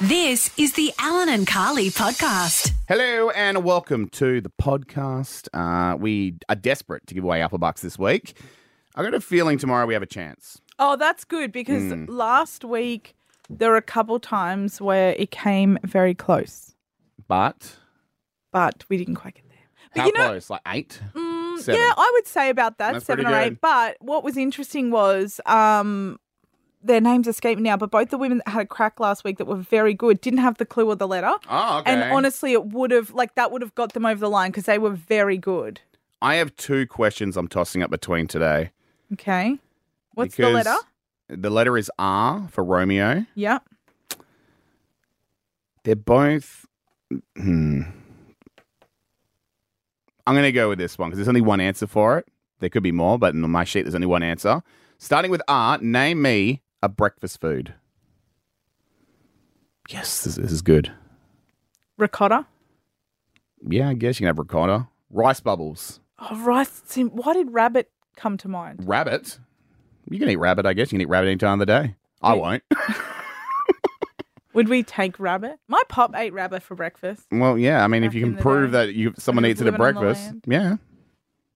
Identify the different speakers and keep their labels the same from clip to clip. Speaker 1: This is the Alan and Carly podcast.
Speaker 2: Hello and welcome to the podcast. Uh, we are desperate to give away Apple Bucks this week. I got a feeling tomorrow we have a chance.
Speaker 3: Oh, that's good because
Speaker 2: Hmm.
Speaker 3: last week there were a couple times where it came very close,
Speaker 2: But
Speaker 3: but we didn't quite get there. But
Speaker 2: how
Speaker 3: you know,
Speaker 2: close? Like eight?
Speaker 3: mm,
Speaker 2: Seven.
Speaker 3: yeah, I would say about that
Speaker 2: That's
Speaker 3: seven or
Speaker 2: pretty
Speaker 3: eight.
Speaker 2: good.
Speaker 3: But what was interesting was um, their names escape me now, but both the women that had a crack last week that were very good didn't have the clue or the letter.
Speaker 2: Oh, okay.
Speaker 3: And honestly, it would have like that would have got them over the line because they were very good.
Speaker 2: I have two questions I'm tossing up between today.
Speaker 3: Okay, what's the
Speaker 2: because
Speaker 3: letter?
Speaker 2: The letter is R for Romeo.
Speaker 3: Yeah.
Speaker 2: They're both. Hmm. I'm going to go with this one because there's only one answer for it. There could be more, but on my sheet, there's only one answer. Starting with R, name me a breakfast food. Yes, this, this is good.
Speaker 3: Ricotta.
Speaker 2: Yeah, I guess you can have ricotta. Rice bubbles.
Speaker 3: Oh, rice. sim- Why did rabbit come to mind?
Speaker 2: Rabbit. You can eat rabbit, I guess. You can eat rabbit any time of the day. I won't.
Speaker 3: Would we take rabbit? My pop ate rabbit for breakfast.
Speaker 2: Well, yeah. I mean, if
Speaker 3: Back
Speaker 2: you
Speaker 3: in
Speaker 2: can
Speaker 3: the
Speaker 2: prove
Speaker 3: day.
Speaker 2: that you someone
Speaker 3: Like
Speaker 2: eats it at
Speaker 3: living on the
Speaker 2: breakfast,
Speaker 3: land.
Speaker 2: yeah.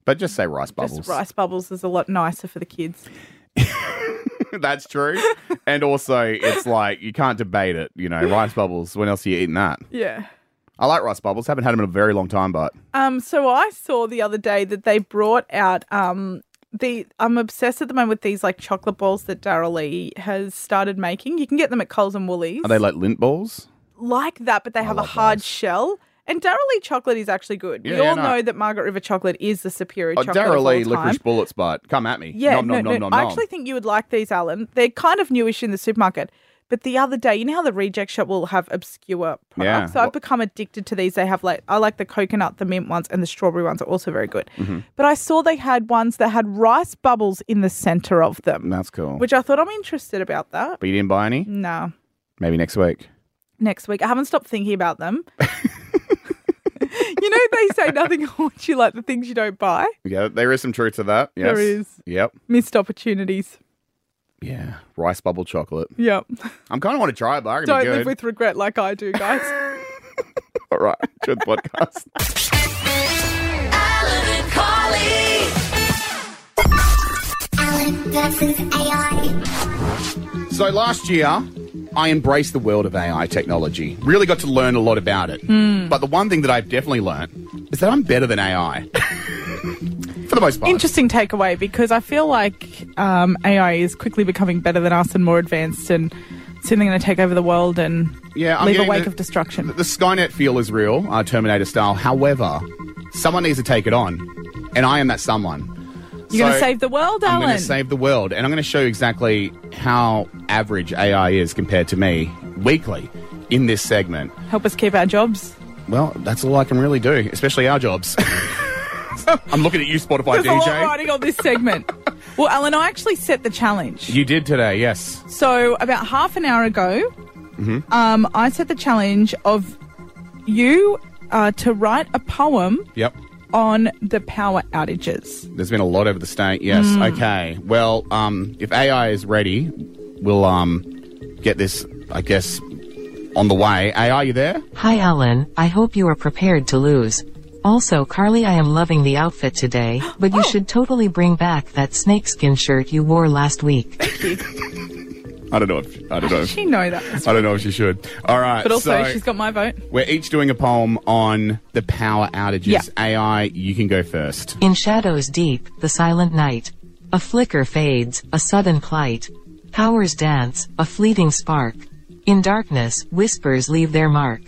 Speaker 2: But just say rice bubbles.
Speaker 3: Just rice bubbles is a lot nicer for the kids.
Speaker 2: That's true. and also, it's like you can't debate it. You know, rice bubbles. When else are you eating that?
Speaker 3: Yeah.
Speaker 2: I like rice bubbles. Haven't had them in a very long time, but
Speaker 3: Um. So I saw the other day that they brought out um the I'm obsessed at the moment with these like chocolate balls that Daryl Lee has started making. You can get them at Coles and Woolies.
Speaker 2: are they like lint balls?
Speaker 3: like that, but they have a
Speaker 2: love
Speaker 3: hard
Speaker 2: those.
Speaker 3: shell. And Daryl Lee chocolate is actually good.
Speaker 2: Yeah,
Speaker 3: we all
Speaker 2: yeah, no.
Speaker 3: know that Margaret River chocolate is the superior
Speaker 2: Oh,
Speaker 3: chocolate. of
Speaker 2: Daryl
Speaker 3: all
Speaker 2: Lee
Speaker 3: time.
Speaker 2: licorice bullets, but come at me.
Speaker 3: Yeah,
Speaker 2: nom,
Speaker 3: no,
Speaker 2: nom,
Speaker 3: no,
Speaker 2: nom, nom,
Speaker 3: I
Speaker 2: nom.
Speaker 3: actually think you would like these, Alan. They're kind of newish in the supermarket. But the other day, you know how the reject shop will have obscure products?
Speaker 2: Yeah.
Speaker 3: So I've become addicted to these. They have like, I like the coconut, the mint ones, and the strawberry ones are also very good.
Speaker 2: Mm-hmm.
Speaker 3: But I saw they had ones that had rice bubbles in the center of them,
Speaker 2: That's cool.
Speaker 3: which I thought I'm interested about that.
Speaker 2: but you didn't buy any?
Speaker 3: No,
Speaker 2: Maybe next week.
Speaker 3: next week. I haven't stopped thinking about them. you know, they say nothing haunts you like the things you don't buy.
Speaker 2: Yeah, there is some truth to that. Yes.
Speaker 3: There is.
Speaker 2: Yep.
Speaker 3: Missed opportunities.
Speaker 2: Yeah. Rice bubble chocolate.
Speaker 3: Yep.
Speaker 2: I'm kind of want to try it, but I
Speaker 3: Don't
Speaker 2: be good.
Speaker 3: live with regret like I do, guys.
Speaker 2: All right. Good podcast.
Speaker 4: Alan and Carly.
Speaker 5: Alan versus AI.
Speaker 2: So last year, I embraced the world of AI technology. Really got to learn a lot about it.
Speaker 3: Hmm.
Speaker 2: But the one thing that I've definitely learned is that I'm better than AI. For the most part.
Speaker 3: Interesting takeaway because I feel like um, AI is quickly becoming better than us and more advanced and soon they're going to take over the world and
Speaker 2: Yeah, I'm
Speaker 3: leave a
Speaker 2: getting
Speaker 3: wake
Speaker 2: the-
Speaker 3: of destruction.
Speaker 2: The Skynet feel is real, uh, Terminator style. However, someone needs to take it on. And I am that someone.
Speaker 3: You're going to save the world,
Speaker 2: I'm going
Speaker 3: Alan.
Speaker 2: to save the world, and I'm going to show you exactly how average AI is compared to me weekly in this segment.
Speaker 3: Help us keep our jobs.
Speaker 2: Well, that's all I can really do, especially our jobs. I'm looking at you, Spotify
Speaker 3: There's a lot
Speaker 2: DJ.
Speaker 3: riding on this segment. well, Alan, I actually set the challenge.
Speaker 2: You did today, yes.
Speaker 3: So about half an hour ago,
Speaker 2: Mm-hmm.
Speaker 3: um, I set the challenge of you uh, to write a poem
Speaker 2: Yep.
Speaker 3: on the power outages.
Speaker 2: There's been a lot over the state. Yes.
Speaker 3: Hmm.
Speaker 2: Okay. Well, um, if AI is ready, we'll um, get this, I guess, on the way. AI, are you there?
Speaker 6: Hi Alan, I hope you are prepared to lose. Also Carly I am loving the outfit today, but you should totally bring back that snakeskin shirt you wore last week.
Speaker 2: I don't know. If, I don't know. If,
Speaker 3: She know that, was-
Speaker 2: I don't know if she should. All right.
Speaker 3: but also
Speaker 2: so
Speaker 3: she's got my vote.
Speaker 2: we're each doing a poem on the power outages.
Speaker 3: Yeah.
Speaker 2: AI, you can go first.
Speaker 6: In shadows deep, the silent night. A flicker fades, a sudden plight. Powers dance, a fleeting spark. In darkness, whispers leave their mark.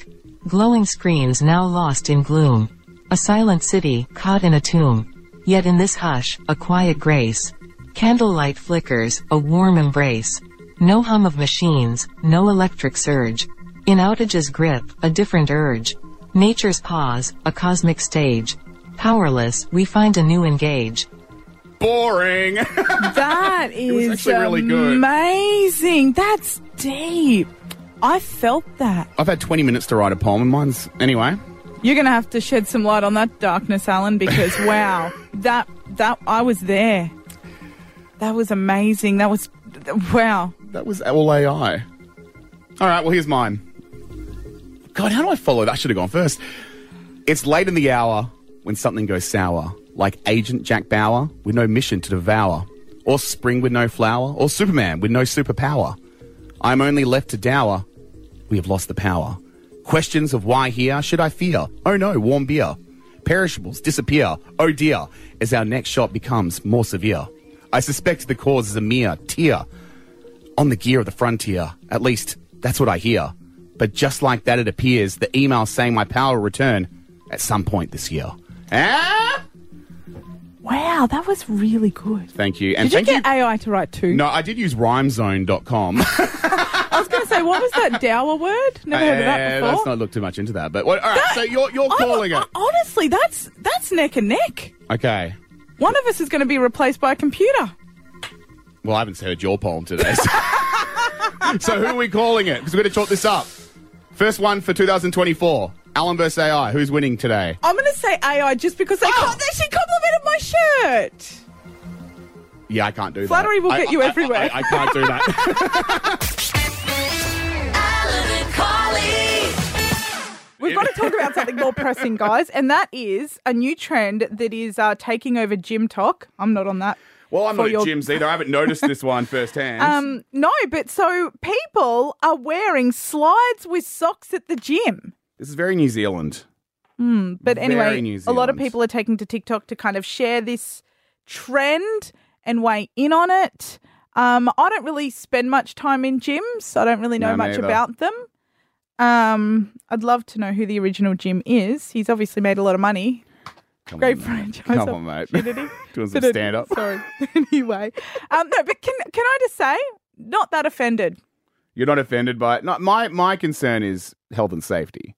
Speaker 6: Glowing screens now lost in gloom. A silent city, caught in a tomb. Yet in this hush, a quiet grace. Candlelight flickers, a warm embrace. No hum of machines, no electric surge. In outage's grip, a different urge. Nature's pause, a cosmic stage. Powerless, we find a new engage.
Speaker 2: Boring.
Speaker 3: That
Speaker 2: was
Speaker 3: is
Speaker 2: actually really good.
Speaker 3: amazing. That's deep. I felt that.
Speaker 2: I've had 20 minutes to write a poem, and mine's anyway.
Speaker 3: You're going to have to shed some light on that darkness, Alan, because wow, that that I was there. That was amazing. That was wow.
Speaker 2: That was all AI. All right, well, here's mine. God, how do I follow that? I should have gone first. It's late in the hour when something goes sour, like Agent Jack Bauer with no mission to devour, or Spring with no flower, or Superman with no superpower. I'm only left to dower. We have lost the power. Questions of why here should I fear? Oh no, warm beer. Perishables disappear. Oh dear, as our next shot becomes more severe. I suspect the cause is a mere tear on the gear of the frontier. At least, that's what I hear. But just like that, it appears the email saying my power will return at some point this year. Ah!
Speaker 3: Wow, that was really good.
Speaker 2: Thank you. And
Speaker 3: Did you
Speaker 2: thank
Speaker 3: get AI to write too?
Speaker 2: No, I did use rhymezone.com.
Speaker 3: I was going to say, what was that dower word? Never heard of that
Speaker 2: Eh,
Speaker 3: before.
Speaker 2: let's not look too much into that. But what, all right, so you're, you're
Speaker 3: I'm-
Speaker 2: calling it.
Speaker 3: I- honestly, that's that's neck and neck.
Speaker 2: Okay.
Speaker 3: One of us is going to be replaced by a computer.
Speaker 2: Well, I haven't heard your poem today. So, so who are we calling it? Because we're going to chalk this up. First one for 2024. Alan versus AI. Who's winning today?
Speaker 3: I'm going to say AI just because they com- they- she complimented my shirt.
Speaker 2: Yeah, I can't do that.
Speaker 3: Flattery will
Speaker 2: I-
Speaker 3: get you
Speaker 2: I- I-
Speaker 3: everywhere.
Speaker 2: I- I can't do that.
Speaker 5: Alan and Carly.
Speaker 3: We've got to talk about something more pressing, guys, and that is a new trend that is uh, taking over gym talk. I'm not on that.
Speaker 2: Well, I'm
Speaker 3: for
Speaker 2: not
Speaker 3: your-
Speaker 2: at gyms either. I haven't noticed this one firsthand.
Speaker 3: Um, no, but so people are wearing slides with socks at the gym.
Speaker 2: this is very New Zealand.
Speaker 3: But
Speaker 2: Very
Speaker 3: anyway,
Speaker 2: New
Speaker 3: a lot of
Speaker 2: Zealand.
Speaker 3: people are taking to TikTok to kind of share this trend and weigh in on it. Um, I don't really spend much time in gyms. I don't really know
Speaker 2: No,
Speaker 3: much
Speaker 2: neither.
Speaker 3: about them. Um, I'd love to know who the original Jim is. He's obviously made a lot of money.
Speaker 2: Come
Speaker 3: Great
Speaker 2: on, mate.
Speaker 3: franchise.
Speaker 2: Mm. Come on, mate.
Speaker 3: opportunity.
Speaker 2: Doing some
Speaker 3: But, uh,
Speaker 2: stand-up.
Speaker 3: Sorry. anyway, um, no, but can can I just say, not that offended.
Speaker 2: You're not offended by it. No, my my concern is health and safety.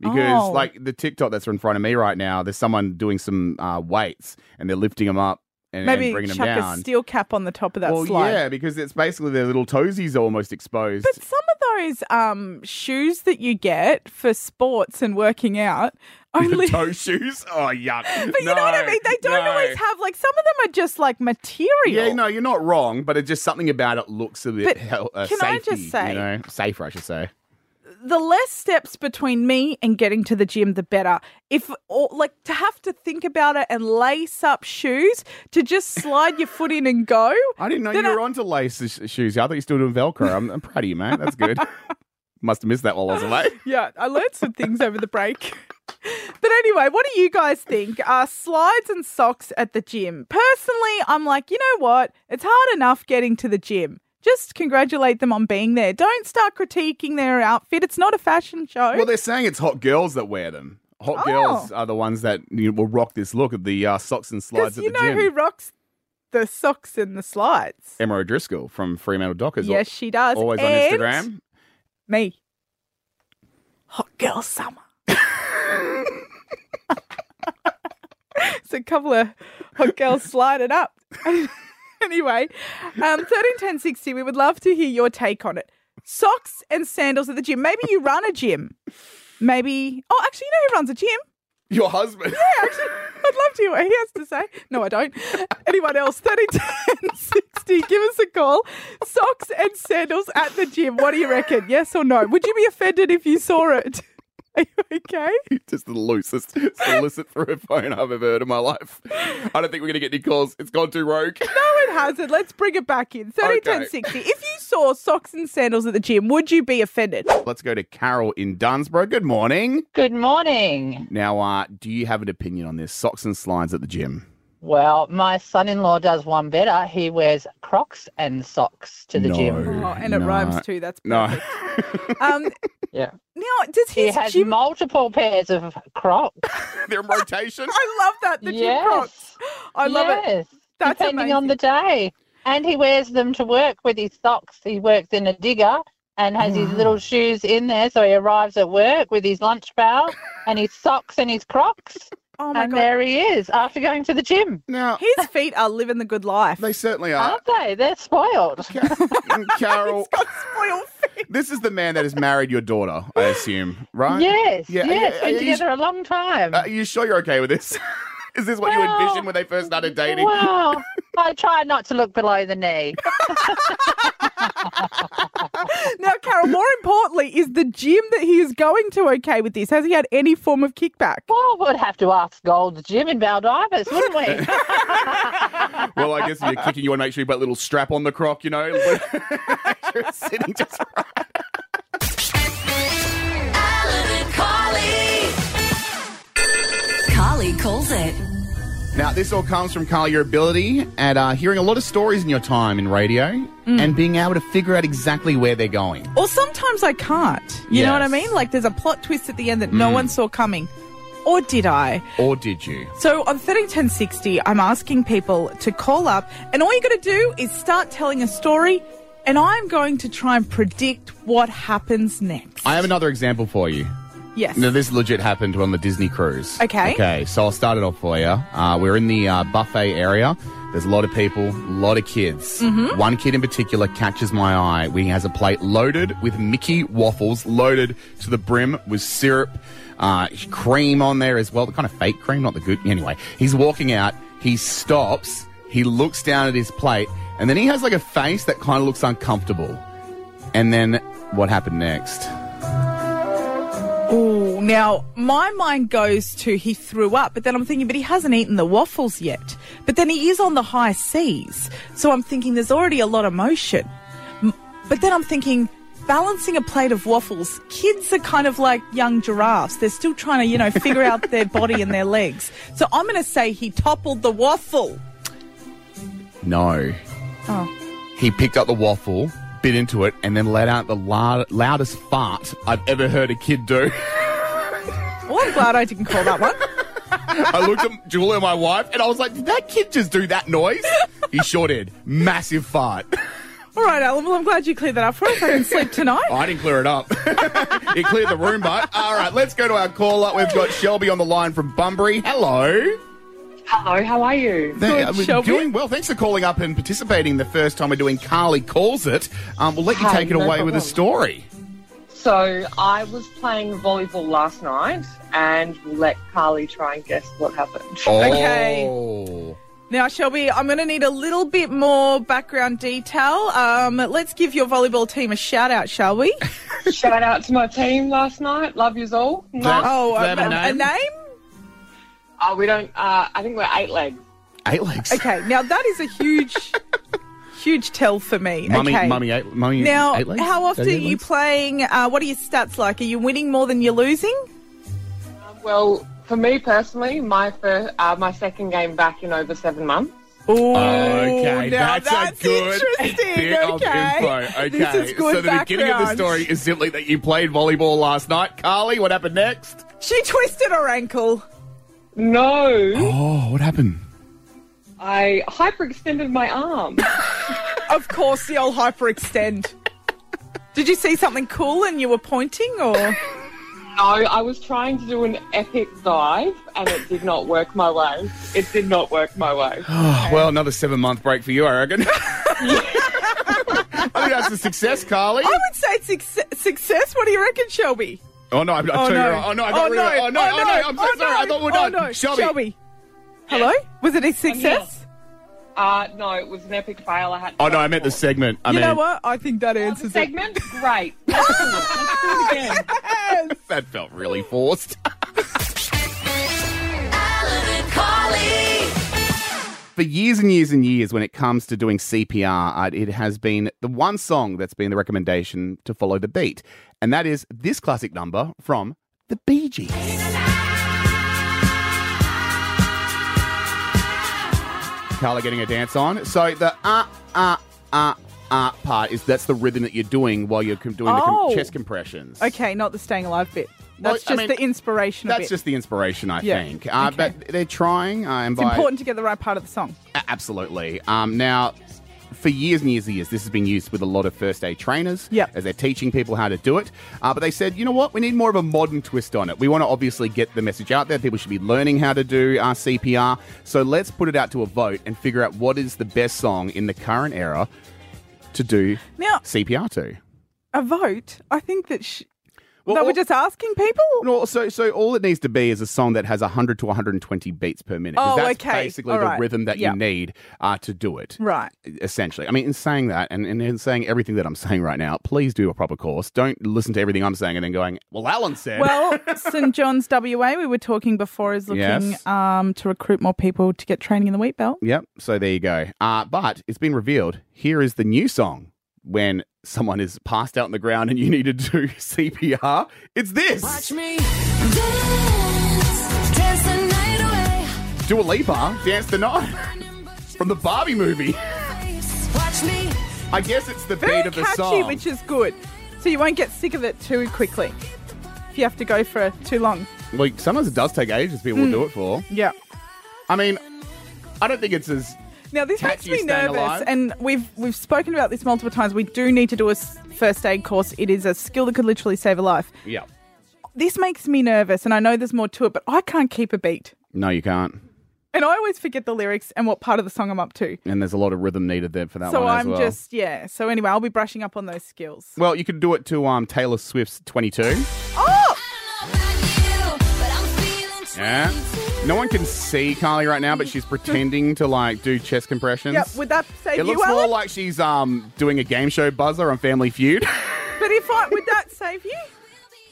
Speaker 2: Because
Speaker 3: Oh.
Speaker 2: like the TikTok that's in front of me right now, there's someone doing some uh, weights and they're lifting them up and, and
Speaker 3: Maybe
Speaker 2: bringing them
Speaker 3: chuck
Speaker 2: down.
Speaker 3: a steel cap on the top of that
Speaker 2: well,
Speaker 3: slide.
Speaker 2: yeah, because it's basically their little toesies are almost exposed.
Speaker 3: But some of those um, shoes that you get for sports and working out only.
Speaker 2: Toe shoes? Oh, yuck!
Speaker 3: But you know what I mean? They don't always have, like, some of them are just like material.
Speaker 2: Yeah, no, you're not wrong, but it's just something about it looks a bit
Speaker 3: But
Speaker 2: hel- uh,
Speaker 3: can I
Speaker 2: safety,
Speaker 3: just say-
Speaker 2: you know, safer, I should say.
Speaker 3: The less steps between me and getting to the gym, the better. If, or, like, to have to think about it and lace up shoes to just slide your foot in and go.
Speaker 2: I didn't know
Speaker 3: Then
Speaker 2: you
Speaker 3: I-
Speaker 2: were onto lace sh- shoes. I thought you were still doing Velcro. I'm, I'm proud of you, mate. That's good. Must have missed that while I was away.
Speaker 3: Yeah, I learned some things over the break. But anyway, what do you guys think? Are slides and socks at the gym? Personally, I'm like, you know what? It's hard enough getting to the gym. Just congratulate them on being there. Don't start critiquing their outfit. It's not a fashion show.
Speaker 2: Well, they're saying it's hot girls that wear them. Hot
Speaker 3: Oh.
Speaker 2: girls are the ones that you know, will rock this look of the uh, socks and slides
Speaker 3: Because
Speaker 2: at
Speaker 3: you
Speaker 2: the
Speaker 3: know
Speaker 2: gym.
Speaker 3: who rocks the socks and the slides?
Speaker 2: Emma O'Driscoll from Fremantle Dockers.
Speaker 3: Yes, she does.
Speaker 2: always
Speaker 3: And
Speaker 2: on Instagram.
Speaker 3: Me. Hot girl summer. it's a couple of hot girls sliding up. anyway, um, 131060, we would love to hear your take on it. Socks and sandals at the gym. Maybe you run a gym. Maybe, oh, actually, you know who runs a gym?
Speaker 2: Your husband.
Speaker 3: Actually, I'd love to hear what he has to say. No, I don't. Anyone else? 30, 10, 60. Give us a call. Socks and sandals at the gym. What do you reckon? Yes or no? Would you be offended if you saw it? Are you okay?
Speaker 2: just the loosest solicit for a phone I've ever heard in my life. I don't think we're going to get any calls. It's gone too rogue.
Speaker 3: No, it hasn't. Let's bring it back in. 30, 10,
Speaker 2: Okay.
Speaker 3: 60. If you saw socks and sandals at the gym, would you be offended?
Speaker 2: Let's go to Carol in Dunsborough. Good morning.
Speaker 4: Good morning.
Speaker 2: Now, uh, do you have an opinion on this? Socks and slides at the gym.
Speaker 4: Well, my son in law does one better. He wears crocs and socks to the
Speaker 2: no,
Speaker 4: gym.
Speaker 3: Oh, and it
Speaker 2: no,
Speaker 3: rhymes too. That's
Speaker 2: No.
Speaker 3: perfect. Um,
Speaker 4: Yeah.
Speaker 3: now, does
Speaker 4: He
Speaker 3: his
Speaker 4: has
Speaker 3: gym...
Speaker 4: multiple pairs of crocs.
Speaker 2: They're in rotation.
Speaker 3: I love that, the gym crocs.
Speaker 4: yes.
Speaker 3: I love it.
Speaker 4: yes.
Speaker 3: That's
Speaker 4: Depending on the day. And he wears them to work with his socks. He works in a digger and has his little shoes in there. So he arrives at work with his lunch pail and his socks and his crocs.
Speaker 3: Oh, my
Speaker 4: and
Speaker 3: God.
Speaker 4: there he is after going to the gym.
Speaker 2: Now,
Speaker 3: His feet are living the good life.
Speaker 2: they certainly are.
Speaker 4: Aren't they? They're spoiled.
Speaker 2: Carol,
Speaker 3: got spoiled feet.
Speaker 2: this is the man that has married your daughter, I assume, right?
Speaker 4: Yes,
Speaker 2: Yeah,
Speaker 4: yes,
Speaker 2: yeah,
Speaker 4: been
Speaker 2: yeah, you sh-
Speaker 4: together a long time.
Speaker 2: Uh, Are you sure you're okay with this? is this what you
Speaker 4: Well-
Speaker 2: envisioned when they first started dating?
Speaker 4: Well, I try not to look below the knee.
Speaker 3: Now, Carol, more importantly, is the gym that he is going to okay with this? Has he had any form of kickback?
Speaker 4: Well, we'd have to ask Gold's Gym in Baldivis, wouldn't we?
Speaker 2: Well, I guess if you're kicking, you want to make sure you put a little strap on the croc, you know? You're sitting just right.
Speaker 5: Alan and Carly.
Speaker 1: Carly calls it.
Speaker 2: Now, this all comes from, Carl, your ability at uh, hearing a lot of stories in your time in radio and being able to figure out exactly where they're going.
Speaker 3: Or sometimes I can't. You know what I
Speaker 2: Yes.
Speaker 3: mean? Like there's a plot twist at the end that no one saw coming. Or did I?
Speaker 2: Or did you?
Speaker 3: So on 131060, I'm asking people to call up, and all you got to do is start telling a story, and I'm going to try and predict what happens next.
Speaker 2: I have another example for you.
Speaker 3: yes.
Speaker 2: Now, this legit happened on the Disney cruise.
Speaker 3: Okay.
Speaker 2: Okay, so I'll start it off for you. Uh, we're in the uh, buffet area. There's a lot of people, a lot of kids.
Speaker 3: Mm-hmm.
Speaker 2: One kid in particular catches my eye when he has a plate loaded with Mickey waffles, loaded to the brim with syrup, uh, cream on there as well, the kind of fake cream, not the good. Anyway, he's walking out, he stops, he looks down at his plate, and then he has like a face that kind of looks uncomfortable. And then what happened next?
Speaker 3: Ooh, now my mind goes to he threw up, but then I'm thinking, but he hasn't eaten the waffles yet. But then he is on the high seas, so I'm thinking there's already a lot of motion. M- But then I'm thinking, balancing a plate of waffles, kids are kind of like young giraffes. They're still trying to, you know, figure out their body and their legs. So I'm going to say he toppled the waffle.
Speaker 2: No. Oh. He picked up the waffle, bit into it, and then let out the loud, loudest fart I've ever heard a kid do.
Speaker 3: Well, Oh, I'm glad I didn't call that one.
Speaker 2: I looked at Julia, my wife, and I was like, did that kid just do that noise? he sure did. Massive fart.
Speaker 3: All right, Alan. Well, I'm glad you cleared that up for us. I can sleep tonight.
Speaker 2: Oh, I didn't clear it up. it cleared the room, but all right, let's go to our call up. We've got Shelby on the line from Bunbury. Hello.
Speaker 7: Hello, how are you?
Speaker 2: Th-
Speaker 3: Good,
Speaker 2: we're
Speaker 3: Shelby.
Speaker 2: doing well. Thanks for calling up and participating the first time we're doing Carly Calls It. Um, we'll let you
Speaker 7: Hey,
Speaker 2: take it
Speaker 7: no
Speaker 2: away with a
Speaker 7: problem.
Speaker 2: story.
Speaker 7: So I was playing volleyball last night, and we'll let Carly try and guess what happened.
Speaker 3: Okay.
Speaker 2: Oh.
Speaker 3: Now, Shelby, I'm going to need a little bit more background detail. Um, let's give your volleyball team a shout out, shall we?
Speaker 7: Shout out to my team last night. Love yous all.
Speaker 2: That-
Speaker 7: Mwah.
Speaker 3: Oh,
Speaker 2: Is that a name?
Speaker 7: Oh, we don't. Uh, I think we're eight legs.
Speaker 2: Eight legs.
Speaker 3: Okay, now that is a huge, huge tell for me.
Speaker 2: Mummy,
Speaker 3: okay.
Speaker 2: mummy, eight, mummy.
Speaker 3: Now,
Speaker 2: eight legs?
Speaker 3: how often are
Speaker 2: Daddy eight
Speaker 3: you
Speaker 2: legs?
Speaker 3: playing? Uh, what are your stats like? Are you winning more than you're losing?
Speaker 7: Well, for me personally, my first, uh, my second game back in over seven months.
Speaker 3: Ooh,
Speaker 2: Okay,
Speaker 3: now
Speaker 2: that's, a good
Speaker 3: interesting.
Speaker 2: bit of
Speaker 3: okay.
Speaker 2: info. Okay,
Speaker 3: This is good
Speaker 2: so the beginning of the
Speaker 3: background.
Speaker 2: story is simply that you played volleyball last night. Carly, what happened next?
Speaker 3: She twisted her ankle.
Speaker 7: No,
Speaker 2: Oh, what happened?
Speaker 7: I hyperextended my arm.
Speaker 3: Of course, the old hyperextend. Did you see something cool and you were pointing, or?
Speaker 7: No, I was trying to do an epic dive, and it did not work my way. It did not work my way.
Speaker 2: Well, another seven month break for you, I reckon. I think that's a success, Carly.
Speaker 3: I would say it's success, success. What do you reckon, Shelby?
Speaker 2: Oh no, I'm not
Speaker 3: Oh,
Speaker 2: too
Speaker 3: no.
Speaker 2: right. Oh no, I got
Speaker 3: Oh,
Speaker 2: rid of it.
Speaker 3: no.
Speaker 2: Oh no,
Speaker 3: Oh,
Speaker 2: oh no, I'm so
Speaker 3: no.
Speaker 2: sorry. I thought we we're
Speaker 3: Oh,
Speaker 2: done.
Speaker 3: no.
Speaker 2: Shelby.
Speaker 3: Hello? Was it a success?
Speaker 7: Uh, no, it was an epic fail. I had. To
Speaker 2: Oh no, I meant the segment. I
Speaker 3: You know
Speaker 2: meant
Speaker 3: what? I think that answers it.
Speaker 7: segment. Great. Excellent. Let's do it again.
Speaker 2: that felt really forced.
Speaker 5: Alan and Carly.
Speaker 2: for years and years and years when it comes to doing CPR, uh, it has been the one song that's been the recommendation to follow the beat, and that is this classic number from the Bee Gees. Carla getting a dance on. So the ah ah ah ah part is that's the rhythm that you're doing while you're com- doing the com-
Speaker 3: Oh.
Speaker 2: chest compressions.
Speaker 3: Okay, not the staying alive bit.
Speaker 2: Well,
Speaker 3: That's
Speaker 2: I
Speaker 3: just
Speaker 2: mean,
Speaker 3: the inspiration
Speaker 2: That's
Speaker 3: of it.
Speaker 2: just the inspiration, I
Speaker 3: Yeah.
Speaker 2: think. Uh,
Speaker 3: Okay.
Speaker 2: But they're trying. Uh, and
Speaker 3: it's
Speaker 2: by,
Speaker 3: important to get the right part of the song.
Speaker 2: a- Absolutely. Um, now, for years and years and years, this has been used with a lot of first aid trainers
Speaker 3: Yep.
Speaker 2: as they're teaching people how to do it. Uh, but they said, you know what? We need more of a modern twist on it. We want to obviously get the message out there. People should be learning how to do uh, CPR. So let's put it out to a vote and figure out what is the best song in the current era to do
Speaker 3: Now,
Speaker 2: CPR to.
Speaker 3: a vote, I think that sh-
Speaker 2: Well,
Speaker 3: that we're
Speaker 2: all-
Speaker 3: just asking people?
Speaker 2: No, so so all it needs to be is a song that has 100 to 120 beats per minute. 'cause
Speaker 3: Oh,
Speaker 2: that's
Speaker 3: okay.
Speaker 2: basically
Speaker 3: All
Speaker 2: the
Speaker 3: right.
Speaker 2: rhythm that
Speaker 3: Yeah.
Speaker 2: you need uh, to do it.
Speaker 3: Right.
Speaker 2: Essentially, I mean, in saying that, and, and in saying everything that I'm saying right now, please do a proper course. Don't listen to everything I'm saying and then going, "Well, Alan said."
Speaker 3: Well, St John's WA, we were talking before, is looking
Speaker 2: Yes.
Speaker 3: um, to recruit more people to get training in the wheat belt.
Speaker 2: Yep. So there you go. Uh, but it's been revealed. Here is the new song. When someone is passed out on the ground and you need to do CPR, it's this.
Speaker 5: me dance, dance the night away.
Speaker 2: Do a Lipa, dance the night from the Barbie movie.
Speaker 5: Watch me.
Speaker 2: I guess it's the
Speaker 3: Very
Speaker 2: beat of the
Speaker 3: catchy,
Speaker 2: song.
Speaker 3: which is good. So you won't get sick of it too quickly if you have to go for too long.
Speaker 2: Like sometimes it does take ages. People will
Speaker 3: Hmm.
Speaker 2: do it for.
Speaker 3: Yeah.
Speaker 2: I mean, I don't think it's as
Speaker 3: Now this makes
Speaker 2: Catchy
Speaker 3: me
Speaker 2: Staying
Speaker 3: nervous,
Speaker 2: Alive.
Speaker 3: and we've we've spoken about this multiple times. We do need to do a s- first aid course. It is a skill that could literally save a life.
Speaker 2: yeah.
Speaker 3: This makes me nervous, and I know there's more to it, but I can't keep a beat,
Speaker 2: No, you can't.
Speaker 3: and I always forget the lyrics and what part of the song I'm up to.
Speaker 2: And there's a lot of rhythm needed there for that
Speaker 3: so
Speaker 2: one as
Speaker 3: I'm
Speaker 2: well.
Speaker 3: just yeah. So anyway, I'll be brushing up on those skills.
Speaker 2: Well, you could do it to um, Taylor Swift's 22.
Speaker 3: Oh,
Speaker 2: Yeah. No one can see Carly right now, but she's pretending to like do chest compressions.
Speaker 3: yeah. Would that save
Speaker 2: it
Speaker 3: you,
Speaker 2: looks
Speaker 3: Alan?
Speaker 2: more like she's um doing a game show buzzer on Family Feud.
Speaker 3: but if I would that save you?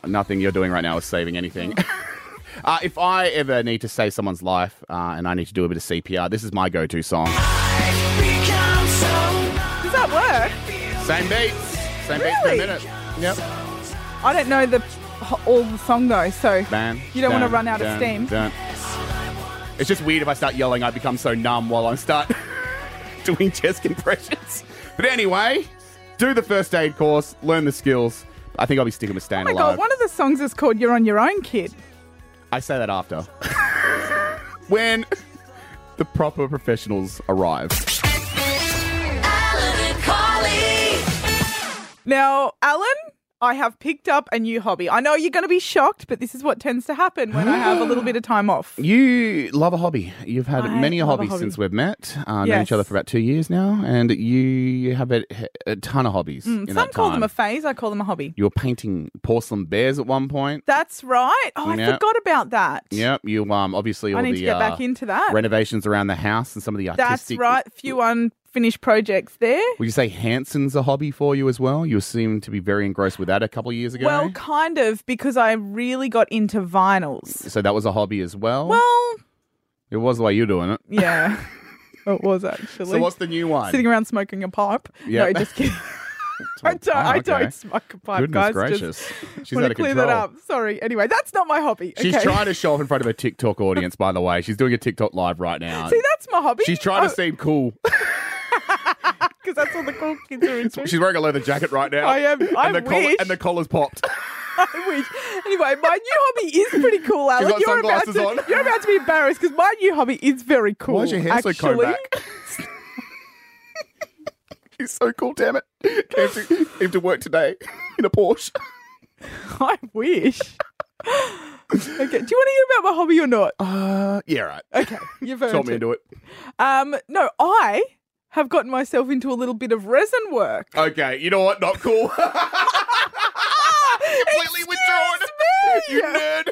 Speaker 2: Nothing you're doing right now is saving anything. uh, if I ever need to save someone's life uh, and I need to do a bit of CPR, this is my go-to song.
Speaker 3: Does that work?
Speaker 2: Same beats, same beats per
Speaker 3: Really?
Speaker 2: minute. Yep.
Speaker 3: I don't know the all the song though, so
Speaker 2: Ban,
Speaker 3: you don't want to
Speaker 2: dun,
Speaker 3: run out
Speaker 2: dun,
Speaker 3: of steam.
Speaker 2: dun. It's just weird if I start yelling, I become so numb while I start doing chest compressions. But anyway, do the first aid course, learn the skills. I think I'll be sticking with staying
Speaker 3: Oh my
Speaker 2: alive.
Speaker 3: god, one of the songs is called "You're on Your Own, Kid."
Speaker 2: I say that after. when the proper professionals arrive.
Speaker 5: Alan and Carly.
Speaker 3: Now, Alan, I have picked up a new hobby. I know you're going to be shocked, but this is what tends to happen when I have a little bit of time off.
Speaker 2: You love a hobby. You've had
Speaker 3: I
Speaker 2: many a
Speaker 3: love a
Speaker 2: hobby,
Speaker 3: hobby.
Speaker 2: since we've met. Uh, Known
Speaker 3: Yes.
Speaker 2: each other for about two years now, and you have a, a ton of hobbies. in
Speaker 3: Mm, Some
Speaker 2: that
Speaker 3: call
Speaker 2: time.
Speaker 3: them a phase, I call them a hobby.
Speaker 2: You were painting porcelain bears at one point.
Speaker 3: That's right. Oh, I
Speaker 2: Yeah.
Speaker 3: forgot about that.
Speaker 2: Yep, you um obviously all
Speaker 3: I need
Speaker 2: the
Speaker 3: to get
Speaker 2: uh,
Speaker 3: back into that.
Speaker 2: renovations around the house and some of the
Speaker 3: That's
Speaker 2: artistic.
Speaker 3: right. Few unfinished projects there.
Speaker 2: Would you say Hanson's a hobby for you as well? You seem to be very engrossed with that a couple of years ago.
Speaker 3: Well, kind of, because I really got into vinyls.
Speaker 2: so that was a hobby as well.
Speaker 3: Well,
Speaker 2: it was the way you're doing it.
Speaker 3: yeah, it was actually.
Speaker 2: So what's the new one?
Speaker 3: Sitting around smoking a pipe.
Speaker 2: Yeah.
Speaker 3: No, just kidding. I don't, I
Speaker 2: okay.
Speaker 3: don't smoke a pipe,
Speaker 2: Goodness
Speaker 3: guys.
Speaker 2: gracious,
Speaker 3: Just
Speaker 2: she's
Speaker 3: wanna
Speaker 2: out of
Speaker 3: clear
Speaker 2: control.
Speaker 3: that up. Sorry. Anyway, that's not my hobby.
Speaker 2: She's
Speaker 3: okay?
Speaker 2: trying to show off in front of her TikTok audience. By the way, she's doing a TikTok live right now.
Speaker 3: See, that's my hobby.
Speaker 2: she's trying to seem cool.
Speaker 3: because that's all the cool kids are into.
Speaker 2: she's wearing a leather jacket right now.
Speaker 3: I am- I
Speaker 2: and the collar-
Speaker 3: wish.
Speaker 2: and the collar's popped.
Speaker 3: I wish. Anyway, my new hobby is pretty cool, Alan.
Speaker 2: got
Speaker 3: you're about
Speaker 2: sunglasses
Speaker 3: to,
Speaker 2: on.
Speaker 3: You're about to be embarrassed because my new hobby is very cool.
Speaker 2: Why is your hair
Speaker 3: actually.
Speaker 2: so combed back? He's so cool, damn it. Came to, came to work today in a Porsche.
Speaker 3: I wish. okay. Do you want to hear about my hobby or not?
Speaker 2: Uh, yeah, right.
Speaker 3: Okay, you've heard
Speaker 2: Talk me into it.
Speaker 3: Um, no, I have gotten myself into a little bit of resin work.
Speaker 2: Okay, you know what? Not cool. Completely withdrawn.
Speaker 3: me!
Speaker 2: You nerd.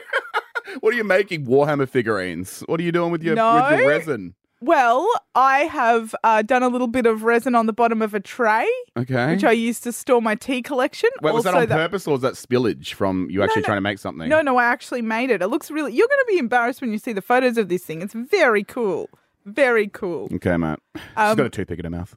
Speaker 2: what are you making? Warhammer figurines. What are you doing with your with
Speaker 3: No.
Speaker 2: your resin?
Speaker 3: Well, I have uh, done a little bit of resin on the bottom of a tray,
Speaker 2: Okay.
Speaker 3: which I used to store my tea collection.
Speaker 2: Wait, was that
Speaker 3: Also
Speaker 2: on purpose or was that spillage from you actually
Speaker 3: no.
Speaker 2: trying to make something?
Speaker 3: No, no, I actually made it. It looks really. You're going to be embarrassed when you see the photos of this thing. It's very cool. Very cool.
Speaker 2: Okay, mate.
Speaker 3: Um,
Speaker 2: She's got a toothpick in her mouth.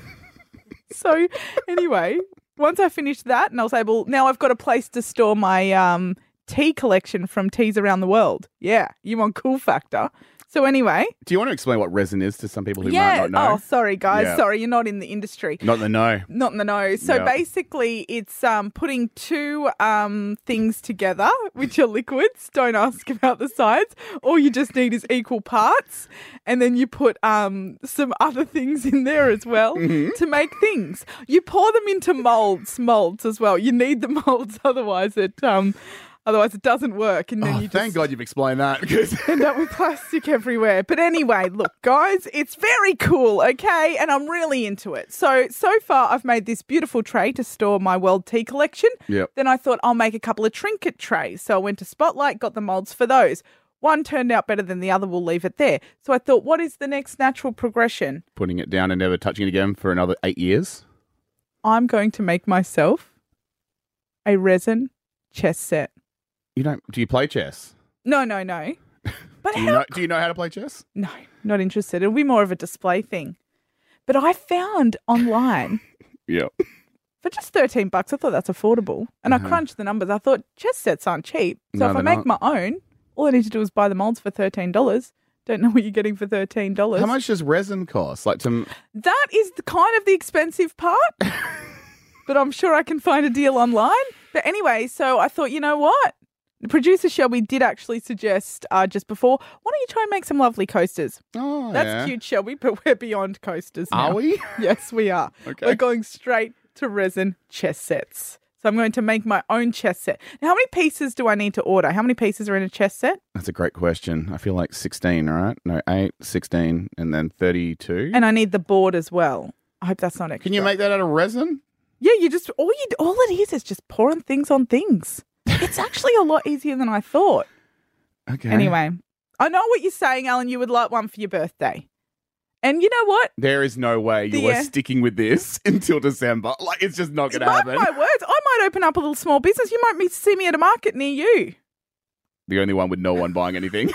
Speaker 3: So, anyway, once I finished that, and I was able, now I've got a place to store my um, tea collection from teas around the world. Yeah, you want cool factor. So, anyway,
Speaker 2: Do you want to explain what resin is to some people who
Speaker 3: yeah.
Speaker 2: might not know?
Speaker 3: Oh, sorry, guys.
Speaker 2: Yeah.
Speaker 3: Sorry, you're not in the industry.
Speaker 2: Not in the know.
Speaker 3: Not in the know. So
Speaker 2: Yep.
Speaker 3: basically, it's um, putting two um, things together, which are liquids. Don't ask about the sides. All you just need is equal parts. And then you put um, some other things in there as well
Speaker 2: Mm-hmm.
Speaker 3: to make things. You pour them into molds, molds as well. You need the molds, otherwise, it. Um, Otherwise, it doesn't work. And then
Speaker 2: Oh,
Speaker 3: you
Speaker 2: thank
Speaker 3: just
Speaker 2: God you've explained that because
Speaker 3: end up with plastic everywhere. But anyway, look, guys, it's very cool, okay? And I'm really into it. So, so far, I've made this beautiful tray to store my world tea collection.
Speaker 2: Yep.
Speaker 3: Then I thought I'll make a couple of trinket trays. So I went to Spotlight, got the molds for those. One turned out better than the other. We'll leave it there. So I thought, what is the next natural progression?
Speaker 2: putting it down and never touching it again for another eight years.
Speaker 3: I'm going to make myself a resin chess set.
Speaker 2: You don't? Do you play chess?
Speaker 3: No, no, no. But
Speaker 2: Do you
Speaker 3: how
Speaker 2: know? Do you know how to play chess?
Speaker 3: No, not interested. It'll be more of a display thing. But I found online
Speaker 2: Yeah.
Speaker 3: for just 13 bucks, I thought that's affordable. And I crunched the numbers. I thought chess sets aren't cheap. So
Speaker 2: Uh-huh. No,
Speaker 3: if I
Speaker 2: they're
Speaker 3: make
Speaker 2: not.
Speaker 3: my own, all I need to do is buy the molds for $13. Don't know what you're getting for $13.
Speaker 2: How much does resin cost? Like some.
Speaker 3: That is the, kind of the expensive part. but I'm sure I can find a deal online. But anyway, so I thought, you know what? The producer Shelby did actually suggest uh, just before, why don't you try and make some lovely coasters?
Speaker 2: Oh,
Speaker 3: That's
Speaker 2: yeah.
Speaker 3: cute, Shelby, but we're beyond coasters now.
Speaker 2: Are we?
Speaker 3: Yes, we are.
Speaker 2: Okay.
Speaker 3: We're going straight to resin chess sets. So I'm going to make my own chess set. Now, how many pieces do I need to order? How many pieces are in a chess set?
Speaker 2: That's a great question. I feel like 16, right? No, 8, 16, and then 32.
Speaker 3: And I need the board as well. I hope that's not extra.
Speaker 2: Can you make that out of resin?
Speaker 3: Yeah, you just all you all it is is just pouring things on things. It's actually a lot easier than I thought.
Speaker 2: Okay.
Speaker 3: Anyway, I know what you're saying, Alan. You would like one for your birthday, and you know what?
Speaker 2: There is no way you
Speaker 3: The, uh,
Speaker 2: are sticking with this until December. Like, it's just not going to
Speaker 3: Mark
Speaker 2: happen.
Speaker 3: my words, I might open up a little small business. You might meet, see me at a market near you.
Speaker 2: The only one with no one buying anything.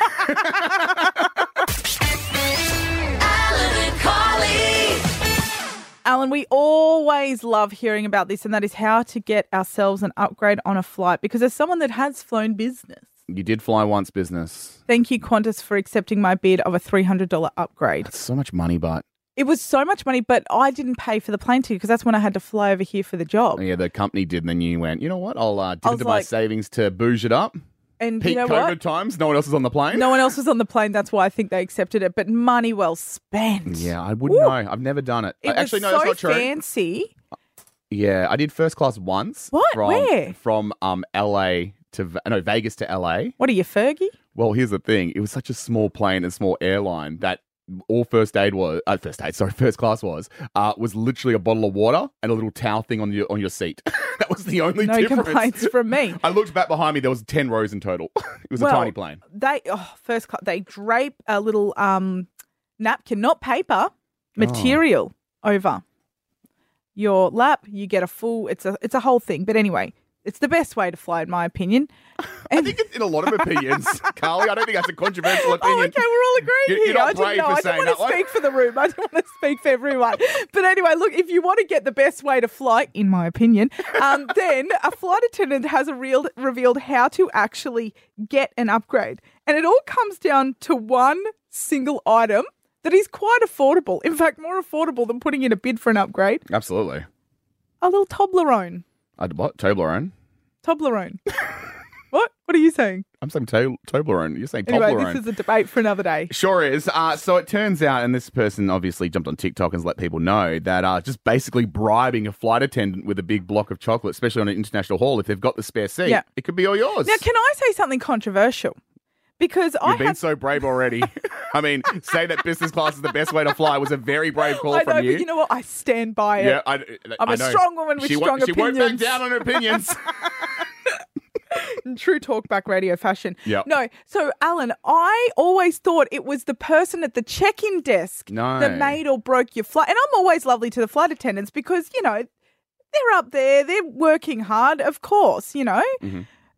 Speaker 5: Alan and Carly.
Speaker 3: Alan, we always love hearing about this, and that is how to get ourselves an upgrade on a flight. Because as someone that has flown business,
Speaker 2: you did fly once business.
Speaker 3: thank you Qantas for accepting my bid of a three hundred dollar upgrade.
Speaker 2: That's so much money, but.
Speaker 3: It was so much money, but I didn't pay for the plane ticket because that's when I had to fly over here for the job.
Speaker 2: Oh, Yeah, the company did, and then you went, you know what? I'll uh, dip
Speaker 3: I was
Speaker 2: into my
Speaker 3: like-
Speaker 2: savings to bouge it up.
Speaker 3: And
Speaker 2: Peak
Speaker 3: you know
Speaker 2: COVID
Speaker 3: what?
Speaker 2: times, no one else is on the plane.
Speaker 3: No one else was on the plane. That's why I think they accepted it. But money well spent.
Speaker 2: Yeah, I wouldn't
Speaker 3: Ooh.
Speaker 2: know. I've never done it.
Speaker 3: It
Speaker 2: Uh,
Speaker 3: was
Speaker 2: Actually, no,
Speaker 3: so
Speaker 2: that's not true.
Speaker 3: fancy.
Speaker 2: Yeah, I did first class once.
Speaker 3: What?
Speaker 2: From,
Speaker 3: Where?
Speaker 2: From um LA to Ve- no Vegas to LA.
Speaker 3: What are you, Fergie?
Speaker 2: Well, here's the thing: it was such a small plane and small airline that all first aid was uh, first aid. Sorry, first class was uh, was literally a bottle of water and a little towel thing on your on your seat. that was the only
Speaker 3: No
Speaker 2: difference.
Speaker 3: complaints from me.
Speaker 2: I looked back behind me. There was ten rows in total. it was a
Speaker 3: Well,
Speaker 2: tiny plane.
Speaker 3: They oh, first class. They drape a little um napkin, not paper,
Speaker 2: Oh.
Speaker 3: material over your lap. You get a full. It's a it's a whole thing. But anyway, it's the best way to fly, in my opinion.
Speaker 2: I think it's in a lot of opinions, Carly. I don't think that's a controversial opinion.
Speaker 3: Oh, okay, we're all agreeing
Speaker 2: You're-
Speaker 3: here.
Speaker 2: you're not
Speaker 3: I didn't
Speaker 2: brave
Speaker 3: know.
Speaker 2: for
Speaker 3: I didn't
Speaker 2: saying
Speaker 3: want
Speaker 2: that one.
Speaker 3: to speak for the room. I didn't want to speak for everyone. But anyway, look, if you want to get the best way to fly, in my opinion, um, then a flight attendant has a real, revealed how to actually get an upgrade. And it all comes down to one single item that is quite affordable. In fact, more affordable than putting in a bid for an upgrade
Speaker 2: Absolutely.
Speaker 3: a little Toblerone.
Speaker 2: I what Toblerone?
Speaker 3: Toblerone. what? What are you saying?
Speaker 2: I'm saying to- Toblerone. You're saying
Speaker 3: Anyway,
Speaker 2: Toblerone.
Speaker 3: this is a debate for another day.
Speaker 2: Sure is. Uh, so it turns out, and this person obviously jumped on TikTok and let people know that uh, just basically bribing a flight attendant with a big block of chocolate, especially on an international hall, if they've got the spare seat,
Speaker 3: Yeah.
Speaker 2: it could be all yours.
Speaker 3: Now, can I say something controversial? Because I
Speaker 2: You've been
Speaker 3: had
Speaker 2: so brave already. I mean, saying that business class is the best way to fly was a very brave call
Speaker 3: I know,
Speaker 2: from
Speaker 3: but
Speaker 2: you.
Speaker 3: you know what? I stand by it.
Speaker 2: yeah, I,
Speaker 3: I'm
Speaker 2: a
Speaker 3: a strong woman with
Speaker 2: she
Speaker 3: strong
Speaker 2: won't, She won't back
Speaker 3: opinions.
Speaker 2: down on her opinions.
Speaker 3: In true talkback radio fashion.
Speaker 2: Yep.
Speaker 3: No. So, Alan, I always thought it was the person at the check-in desk
Speaker 2: No.
Speaker 3: that made or broke your flight. And I'm always lovely to the flight attendants because you know they're up there, they're working hard. Of course, you know.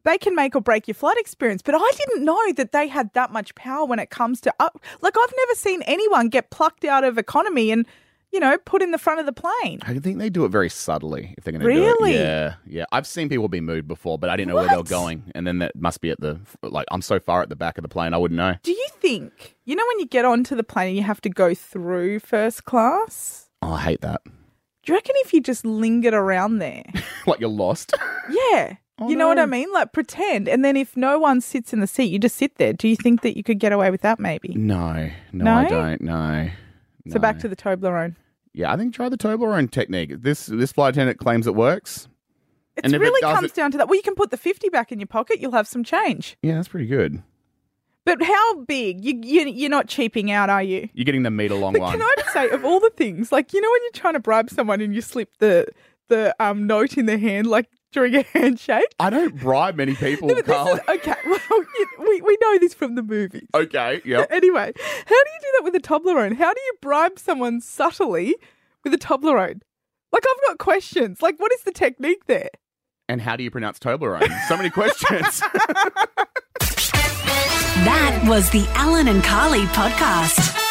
Speaker 3: They can make or break your flight experience, but I didn't know that they had that much power when it comes to up. Like I've never seen anyone get plucked out of economy and, you know, put in the front of the plane.
Speaker 2: I think they do it very subtly if they're going to do
Speaker 3: Really?
Speaker 2: it. Yeah, yeah. I've seen people be moved before, but I didn't know where they were
Speaker 3: What?
Speaker 2: going, and then that must be at the like I'm so far at the back of the plane, I wouldn't know.
Speaker 3: Do you think, you know, when you get onto the plane and you have to go through first class?
Speaker 2: Oh, I hate that.
Speaker 3: Do you reckon if you just lingered around there?
Speaker 2: like you're lost.
Speaker 3: Yeah.
Speaker 2: Oh,
Speaker 3: you know what I mean? Like pretend. And then if no one sits in the seat, you just sit there. Do you think that you could get away with that maybe?
Speaker 2: No, no,
Speaker 3: No?
Speaker 2: I don't. No.
Speaker 3: So back to the Toblerone.
Speaker 2: yeah. I think try the Toblerone technique. This this flight attendant claims it works.
Speaker 3: It
Speaker 2: And if it
Speaker 3: really
Speaker 2: doesn't-
Speaker 3: comes down to that. Well, you can put the 50 back in your pocket, you'll have some change.
Speaker 2: Yeah, that's pretty good.
Speaker 3: But how big? You, you, you're not cheaping out, are you?
Speaker 2: You're getting the meter long
Speaker 3: But
Speaker 2: one.
Speaker 3: can I just say, of all the things, like you know, when you're trying to bribe someone and you slip the the um, note in their hand, like during a handshake.
Speaker 2: I don't bribe many people,
Speaker 3: No, but this
Speaker 2: Carly.
Speaker 3: is- okay, well, you- we we know this from the movies.
Speaker 2: Okay, yep.
Speaker 3: Anyway, how do you do that with a Toblerone? How do you bribe someone subtly with a Toblerone? Like I've got questions. Like, what is the technique there?
Speaker 2: And how do you pronounce Toblerone? So many questions.
Speaker 1: That was the Alan and Carly podcast.